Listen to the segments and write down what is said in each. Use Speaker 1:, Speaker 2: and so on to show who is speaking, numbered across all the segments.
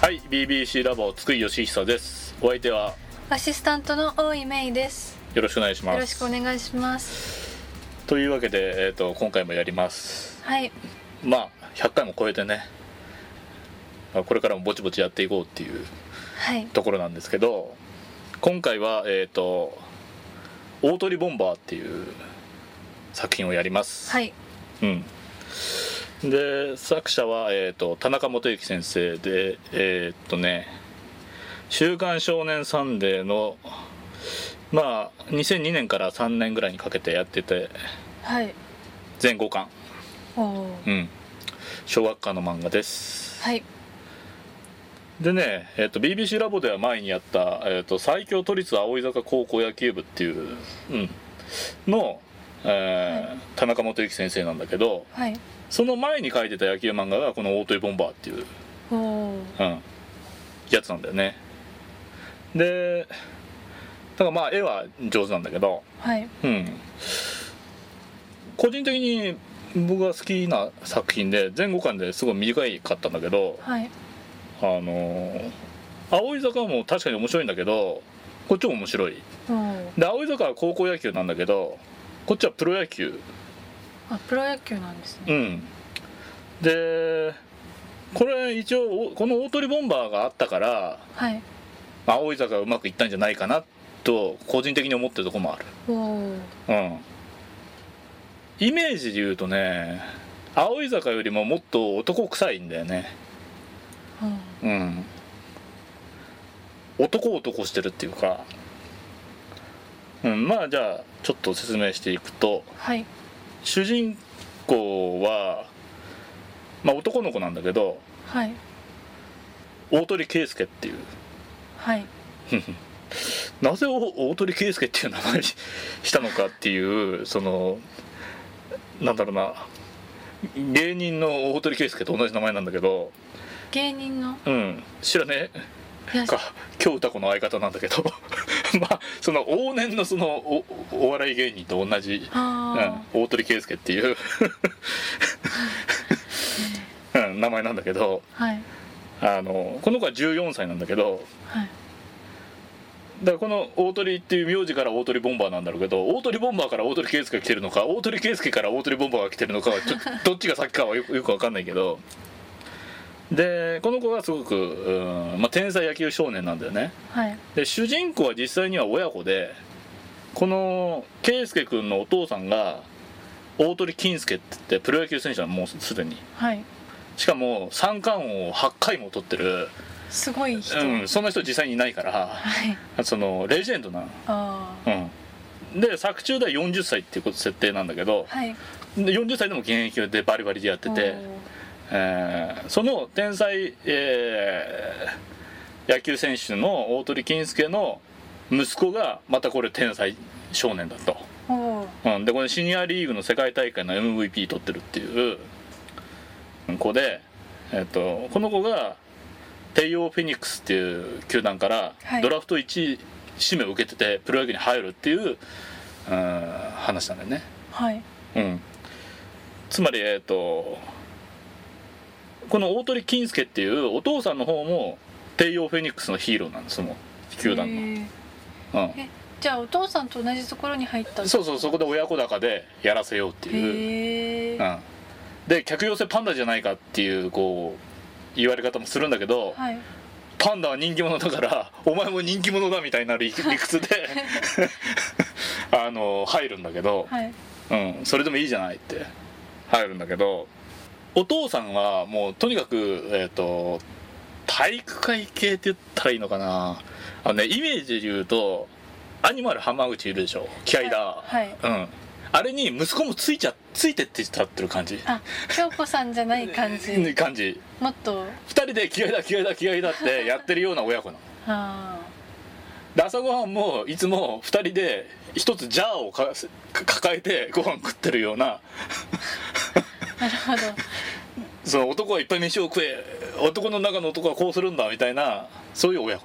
Speaker 1: はい、BBC ラボ津久井義久です。お相手は
Speaker 2: アシスタントの大井芽衣です。
Speaker 1: よろしくお願いします。
Speaker 2: よろしくお願いします。
Speaker 1: というわけで、えっ、と今回もやります。
Speaker 2: はい、
Speaker 1: まあ100回も超えてね、まあこれからもぼちぼちやっていこうっていう
Speaker 2: はい、
Speaker 1: ところなんですけど、今回はえっ、と大鳥ボンバーっていう作品をやります。
Speaker 2: はい、
Speaker 1: うん。で作者は、えー、と田中元幸先生でえーっとね「週刊少年サンデーの」まあ2002年から3年ぐらいにかけてやってて
Speaker 2: はい、
Speaker 1: 全5巻、
Speaker 2: おお、
Speaker 1: うん、小学館の漫画です
Speaker 2: はい、
Speaker 1: でね、えー、と BBC ラボでは前にやった「えー、と最強都立葵坂高校野球部」っていう、うん、の、えー田中元幸先生なんだけど
Speaker 2: はい、
Speaker 1: その前に書いてた野球漫画がこの「大鳥ボンバー」っていう、
Speaker 2: おお、
Speaker 1: うん、やつなんだよねでだからまあ絵は上手なんだけど、
Speaker 2: はい、
Speaker 1: うん、個人的に僕が好きな作品で前後巻ですごい短いかったんだけど
Speaker 2: はい、
Speaker 1: あのー葵坂も確かに面白いんだけどこっちも面白い
Speaker 2: おお、
Speaker 1: で葵坂は高校野球なんだけどこっちはプロ野球
Speaker 2: あ、プロ野球なんですね。
Speaker 1: うん、でこれ一応おこの大鳥ボンバーがあったから
Speaker 2: はい、
Speaker 1: 青井坂がうまくいったんじゃないかなと個人的に思ってるとこもある、
Speaker 2: おお、
Speaker 1: うん、イメージで言うとね青井坂よりももっと男臭いんだよね
Speaker 2: うん、
Speaker 1: うん男男してるっていうか、うん、まあじゃあちょっと説明していくと
Speaker 2: はい、
Speaker 1: 主人公は、まあ、男の子なんだけど
Speaker 2: はい、
Speaker 1: 大鳥圭介っていう
Speaker 2: はい、
Speaker 1: なぜお大鳥圭介っていう名前にしたのかっていうそのなんだろうな芸人の大鳥圭介と同じ名前なんだけど
Speaker 2: 芸人の、
Speaker 1: うん知らね
Speaker 2: いや
Speaker 1: えか京歌子の相方なんだけど まあその往年のそのおおお笑い芸人と同じ
Speaker 2: あ
Speaker 1: うん、大鳥圭介っていう、 うん、名前なんだけど
Speaker 2: あ、はい、
Speaker 1: あのこの子は14歳なんだけど
Speaker 2: はい、
Speaker 1: だからこの大鳥っていう名字から大鳥ボンバーなんだろうけど大鳥ボンバーから大鳥圭介が来てるのか大鳥圭介から大鳥ボンバーが来てるのかはちょどっちが先かはよくよく分かんないけどでこの子がすごく、うんまあ、天才野球少年なんだよね
Speaker 2: はい、
Speaker 1: で主人公は実際には親子でこの圭介君のお父さんが大鳥金介って言ってプロ野球選手はもうすでに
Speaker 2: はい、
Speaker 1: しかも三冠王を8回も取ってる、
Speaker 2: すごい人。
Speaker 1: うん、そんな人実際にいないから
Speaker 2: はい、
Speaker 1: そのレジェンドな
Speaker 2: あ
Speaker 1: うん、で作中では40歳っていうこと設定なんだけど
Speaker 2: あ、はい、
Speaker 1: で40歳でも現役でバリバリでやってて
Speaker 2: お、ー
Speaker 1: えーその天才、えー野球選手の大鳥金介の息子がまたこれ天才少年だと、
Speaker 2: おお、
Speaker 1: うん、でこれシニアリーグの世界大会の MVP 取ってるっていう子で、えっとこの子が帝王フェニックスっていう球団から
Speaker 2: はい
Speaker 1: ドラフト1指名を受けててプロ野球に入るっていう、うん話なんだよね、
Speaker 2: はい、
Speaker 1: うん、つまりえっ、とこの大鳥金介っていうお父さんの方も帝王フェニックスのヒーローなんですその球団の、
Speaker 2: へー
Speaker 1: うん、
Speaker 2: え、じゃあお父さんと同じところに入ったんです
Speaker 1: そうそうそこで親子高でやらせようっていう。
Speaker 2: へえ、
Speaker 1: うん、で客寄せパンダじゃないかっていうこう言われ方もするんだけど、
Speaker 2: はい。
Speaker 1: パンダは人気者だから お前も人気者だみたいな理理屈で あの入るんだけど、
Speaker 2: はい。
Speaker 1: うん、それでもいいじゃないって入るんだけどお父さんはもうとにかく、えー、と体育会系って言ったらいいのかなあのねイメージで言うとアニマル浜口いるでしょ気合いだ、
Speaker 2: はい。
Speaker 1: うん、あれに息子もついちゃついてって立ってる感じ
Speaker 2: あ、京子さんじゃない感じ。
Speaker 1: ね感じ
Speaker 2: もっと、
Speaker 1: 2人で気合いだ気合いだ気合いだってやってるような親子なの
Speaker 2: あ
Speaker 1: で朝ごはんもいつも2人で一つジャーをかか抱えてご飯食ってるような
Speaker 2: ーなるほど。
Speaker 1: その男はいっぱい飯を食え男の中の男はこうするんだみたいなそういう親子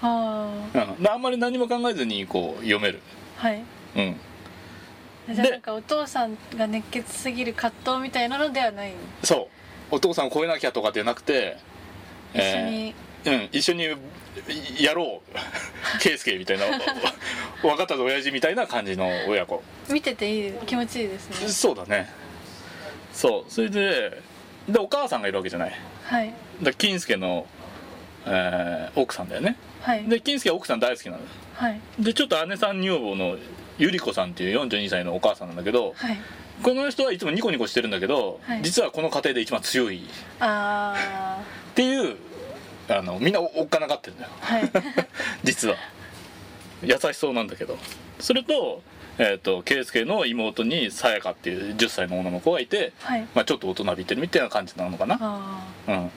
Speaker 2: あ
Speaker 1: なの、うん、であんまり何も考えずにこう読める
Speaker 2: あ、はい。
Speaker 1: うん
Speaker 2: じゃあ
Speaker 1: で
Speaker 2: なんかお父さんが熱血すぎる葛藤みたいなのではない。
Speaker 1: そうお父さんを超えなきゃとかではなくて
Speaker 2: 一緒に
Speaker 1: うん、一緒にやろう 圭介みたいな分かったぞ親父みたいな感じの親子
Speaker 2: 見てていい気持ちいいですね
Speaker 1: そうだねそうそれででお母さんがいるわけじゃないだか
Speaker 2: はい
Speaker 1: ら金介の、えー奥さんだよね
Speaker 2: はい
Speaker 1: で金介は奥さん大好きなの
Speaker 2: はい
Speaker 1: でちょっと姉さん女房のゆり子さんっていう42歳のお母さんなんだけど
Speaker 2: はい
Speaker 1: この人はいつもニコニコしてるんだけど、
Speaker 2: はい
Speaker 1: 実はこの家庭で一番強いっ
Speaker 2: あ
Speaker 1: ていうあのみんなおおっかなかってるんだよ
Speaker 2: ーはい
Speaker 1: 実は優しそうなんだけどそれと,、えー、と圭介の妹にさやかっていう10歳の女の子がいて、
Speaker 2: はい
Speaker 1: まあ、ちょっと大人びてるみたいな感じなのかな、
Speaker 2: あ
Speaker 1: うん、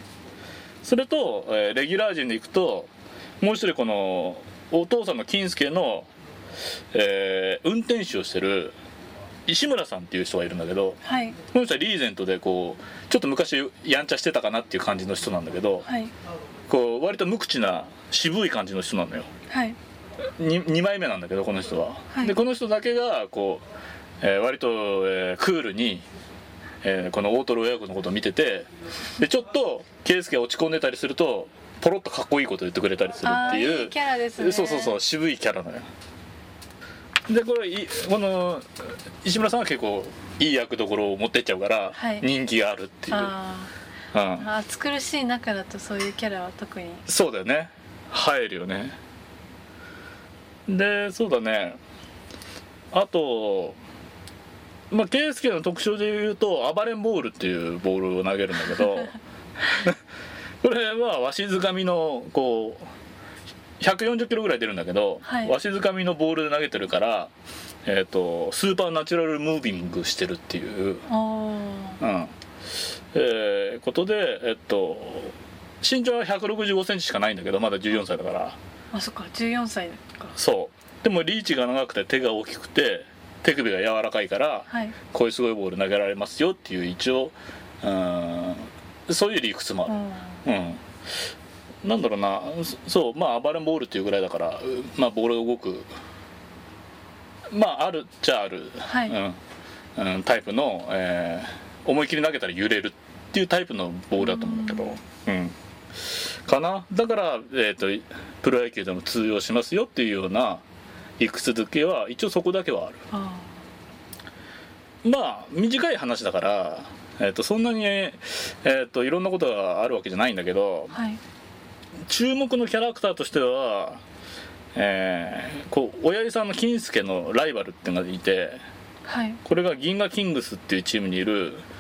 Speaker 1: それと、えーレギュラー陣でいくともう一人このお父さんの金介の、えー運転手をしてる石村さんっていう人がいるんだけど
Speaker 2: ーはい
Speaker 1: この人はリーゼントでこうちょっと昔やんちゃしてたかなっていう感じの人なんだけど
Speaker 2: はい
Speaker 1: こう割と無口な渋い感じの人なのよ
Speaker 2: はい
Speaker 1: に 2, 枚目なんだけどこの人は、
Speaker 2: はい
Speaker 1: でこの人だけがこう、えー割と、えークールに、えーこの大トロ親子のことを見ててでちょっと圭介が落ち込んでたりするとポロッとかっこいいこと言ってくれたりするっ
Speaker 2: あ
Speaker 1: て
Speaker 2: ー
Speaker 1: いう
Speaker 2: いいキャラですね
Speaker 1: そうそうそう渋いキャラなのよでこれいこの石村さんは結構いい役どころを持ってっちゃうから、
Speaker 2: はい
Speaker 1: 人気があるっていう、
Speaker 2: あ
Speaker 1: うん
Speaker 2: ー、あ暑苦しい中だとそういうキャラは特に
Speaker 1: そうだよね入るよねでそうだねあとまあ圭介の特徴で言うと暴れんボールっていうボールを投げるんだけ どこれはわしづかみのこう140キロぐらい出るんだけど、
Speaker 2: はい
Speaker 1: わしづかみのボールで投げてるから、えー、とスーパーナチュラルムービングしてるっていう
Speaker 2: おお
Speaker 1: うんえーことで、えっと、身長は1 6 5センチしかないんだけどまだ14歳だから
Speaker 2: あそっか14歳か
Speaker 1: そうでもリーチが長くて手が大きくて手首が柔らかいから
Speaker 2: はい
Speaker 1: こういうすごいボール投げられますよっていう一応うんそういう理屈もあ
Speaker 2: う
Speaker 1: る
Speaker 2: ん
Speaker 1: うん、なんだろうなそそうまあ暴れんボールっていうぐらいだから、うまあ、ボールが動くまああるっちゃある、
Speaker 2: はい
Speaker 1: うんうん、タイプの、えー思い切り投げたら揺れるっていうタイプのボールだと思うんだけど、うんかなだから、えー、とプロ野球でも通用しますよっていうような理屈付けは一応そこだけはある。
Speaker 2: あ
Speaker 1: まあ短い話だから、えー、とそんなに、えー、といろんなことがあるわけじゃないんだけど
Speaker 2: ーはい
Speaker 1: 注目のキャラクターとしては、えーこう親父さんの金介のライバルっていうのがいて
Speaker 2: はい
Speaker 1: これが銀河キングスっていうチームにいる、えー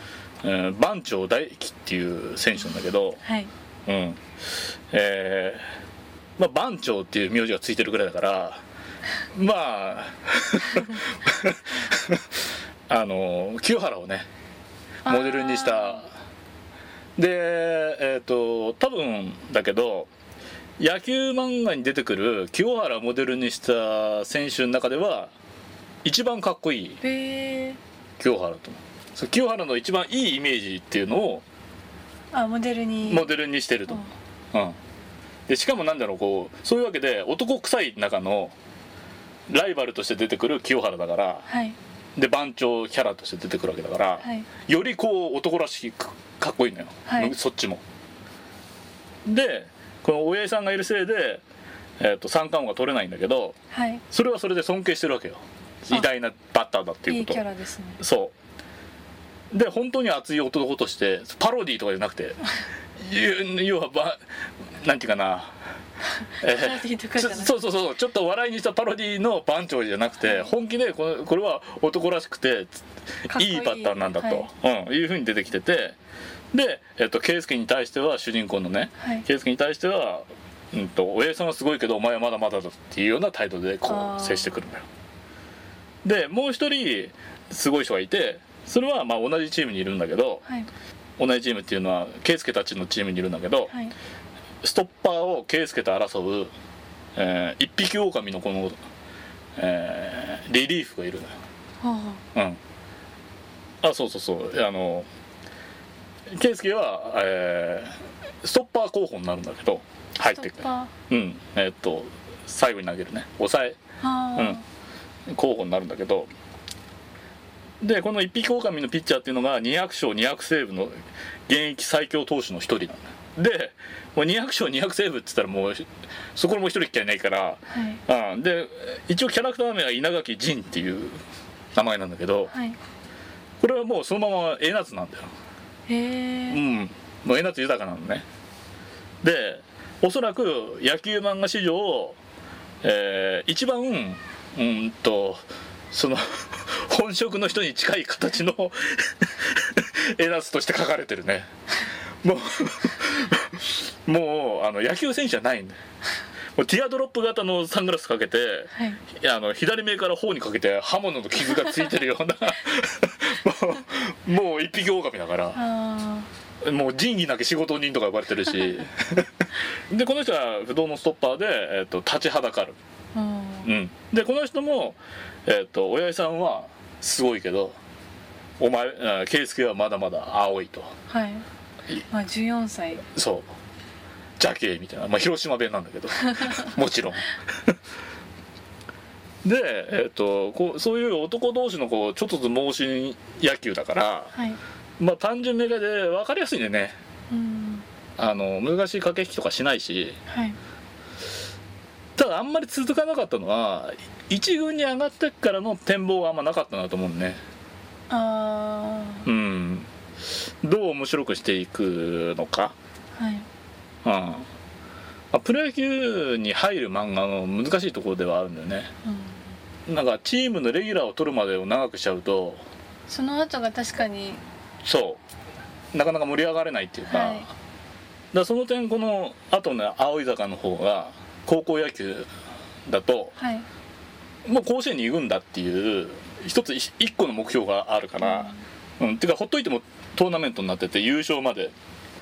Speaker 1: 番長大輝っていう選手なんだけど、
Speaker 2: はい
Speaker 1: うんえーまあ、番長っていう名字がついてるぐらいだからまあ あの清原をねモデルにした
Speaker 2: あ
Speaker 1: でえっ、と多分だけど野球漫画に出てくる清原をモデルにした選手の中では一番かっこいい
Speaker 2: ーへえ
Speaker 1: 清原とそう清原の一番いいイメージっていうのを
Speaker 2: あモデルに
Speaker 1: モデルにしてると、うん、でしかもなんだろうこうそういうわけで男臭い中のライバルとして出てくる清原だから
Speaker 2: はい
Speaker 1: で番長キャラとして出てくるわけだから、
Speaker 2: はい
Speaker 1: よりこう男らしくかっこいいのよ、
Speaker 2: はい
Speaker 1: そっちもでこの親父さんがいるせいで、えー、と三冠王が取れないんだけど
Speaker 2: はい
Speaker 1: それはそれで尊敬してるわけよ
Speaker 2: あ
Speaker 1: 偉大なバッターだってい
Speaker 2: いうい
Speaker 1: こ
Speaker 2: キ
Speaker 1: と
Speaker 2: ャラですね
Speaker 1: そうで本当に熱い男としてパロディーとかじゃな くてゆ要はばなんていうかな、え
Speaker 2: パロディーとかじゃなくて
Speaker 1: そそうそうそうちょっと笑いにしたパロディーの番長じゃなくて本気でこのこれは男らしくて
Speaker 2: かっこ
Speaker 1: い
Speaker 2: いい
Speaker 1: いバッターなんだと、いうん、いうふうに出てきててで、えっと、圭介に対しては主人公のね
Speaker 2: はい
Speaker 1: 圭介に対しては、うん、と親父さんはすごいけどお前はまだまだだっていうような態度でこ
Speaker 2: あー
Speaker 1: う接してくるんだよでもう一人すごい人がいてそれはまあ同じチームにいるんだけど
Speaker 2: はい
Speaker 1: 同じチームっていうのは圭介たちのチームにいるんだけど、
Speaker 2: はい
Speaker 1: ストッパーを圭介と争う、えー一匹狼のこの、えーリリーフがいるのよ
Speaker 2: ほうほう
Speaker 1: うん、あそうそうそうあの圭介は、えーストッパー候補になるんだけど入って
Speaker 2: ストッ
Speaker 1: くる
Speaker 2: パー
Speaker 1: うんえーっと最後に投げるね抑え
Speaker 2: あー
Speaker 1: 候補になるんだけどでこの一匹狼のピッチャーっていうのが200勝200セーブの現役最強投手の一人なんだよでもう200章200セーブって言ったらもうそこも一人っきゃいないから、
Speaker 2: はい
Speaker 1: うん、で一応キャラクター名は稲垣仁っていう名前なんだけど
Speaker 2: はい
Speaker 1: これはもうそのまま江夏なんだよ
Speaker 2: へ
Speaker 1: う
Speaker 2: え
Speaker 1: んもう江夏豊かなのねでおそらく野球漫画史上、えー一番うんとその 本職の人に近い形の 江夏として書かれてるねもう もうあの野球選手じゃないんだよもうティアドロップ型のサングラスかけて
Speaker 2: はい
Speaker 1: いやあの左目から頬にかけて刃物の傷がついてるような もうもう一匹狼だから
Speaker 2: あ
Speaker 1: もう仁義なき仕事人とか呼ばれてるしでこの人は不動のストッパーで、えっと立ちはだかる、
Speaker 2: ーうん
Speaker 1: うん、でこの人も、えっと親父さんはすごいけどお前あ圭介はまだまだ青いと
Speaker 2: はいまあ14歳
Speaker 1: そう邪気みたいな、まあ、広島弁なんだけどもちろん で、えっとこうそういう男同士のこうちょっとずつ盲信野球だから、
Speaker 2: はい
Speaker 1: まあ、単純明快で分かりやすいんでね
Speaker 2: うん
Speaker 1: あの難しい駆け引きとかしないし
Speaker 2: はい
Speaker 1: ただあんまり続かなかったのは一軍に上がってからの展望はあんまなかったなと思うね
Speaker 2: あ
Speaker 1: うんどう面白くしていくのか
Speaker 2: あはい
Speaker 1: うんまあプロ野球に入る漫画の難しいところではあるんだよね
Speaker 2: うん
Speaker 1: なんかチームのレギュラーを取るまでを長くしちゃうと
Speaker 2: その後が確かに
Speaker 1: そうなかなか盛り上がれないっていうか,、
Speaker 2: はい
Speaker 1: だからその点このあとの青い坂の方が高校野球だと
Speaker 2: はい
Speaker 1: もう甲子園に行くんだっていう一つ一一個の目標があるから、うんてかほっといてもトーナメントになってて優勝まで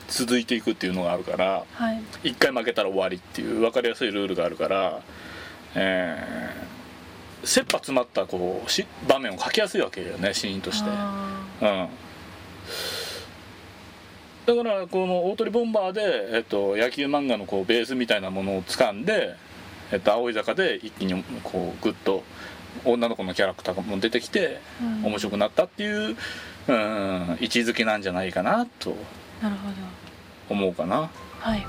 Speaker 1: 続いていくっていうのがあるから
Speaker 2: はい
Speaker 1: 一回負けたら終わりっていう分かりやすいルールがあるから、えー、切羽詰まったこうし場面を書きやすいわけだよねシーンとして。
Speaker 2: あ
Speaker 1: うん、だからこの大鳥ボンバーで、えっと、野球漫画のこうベースみたいなものを掴んで、えっと、青い坂で一気にこうグッと女の子のキャラクターも出てきて
Speaker 2: ーうん
Speaker 1: 面白くなったっていう、うん、位置づけなんじゃないかなと
Speaker 2: なるほど
Speaker 1: 思うかな。
Speaker 2: はい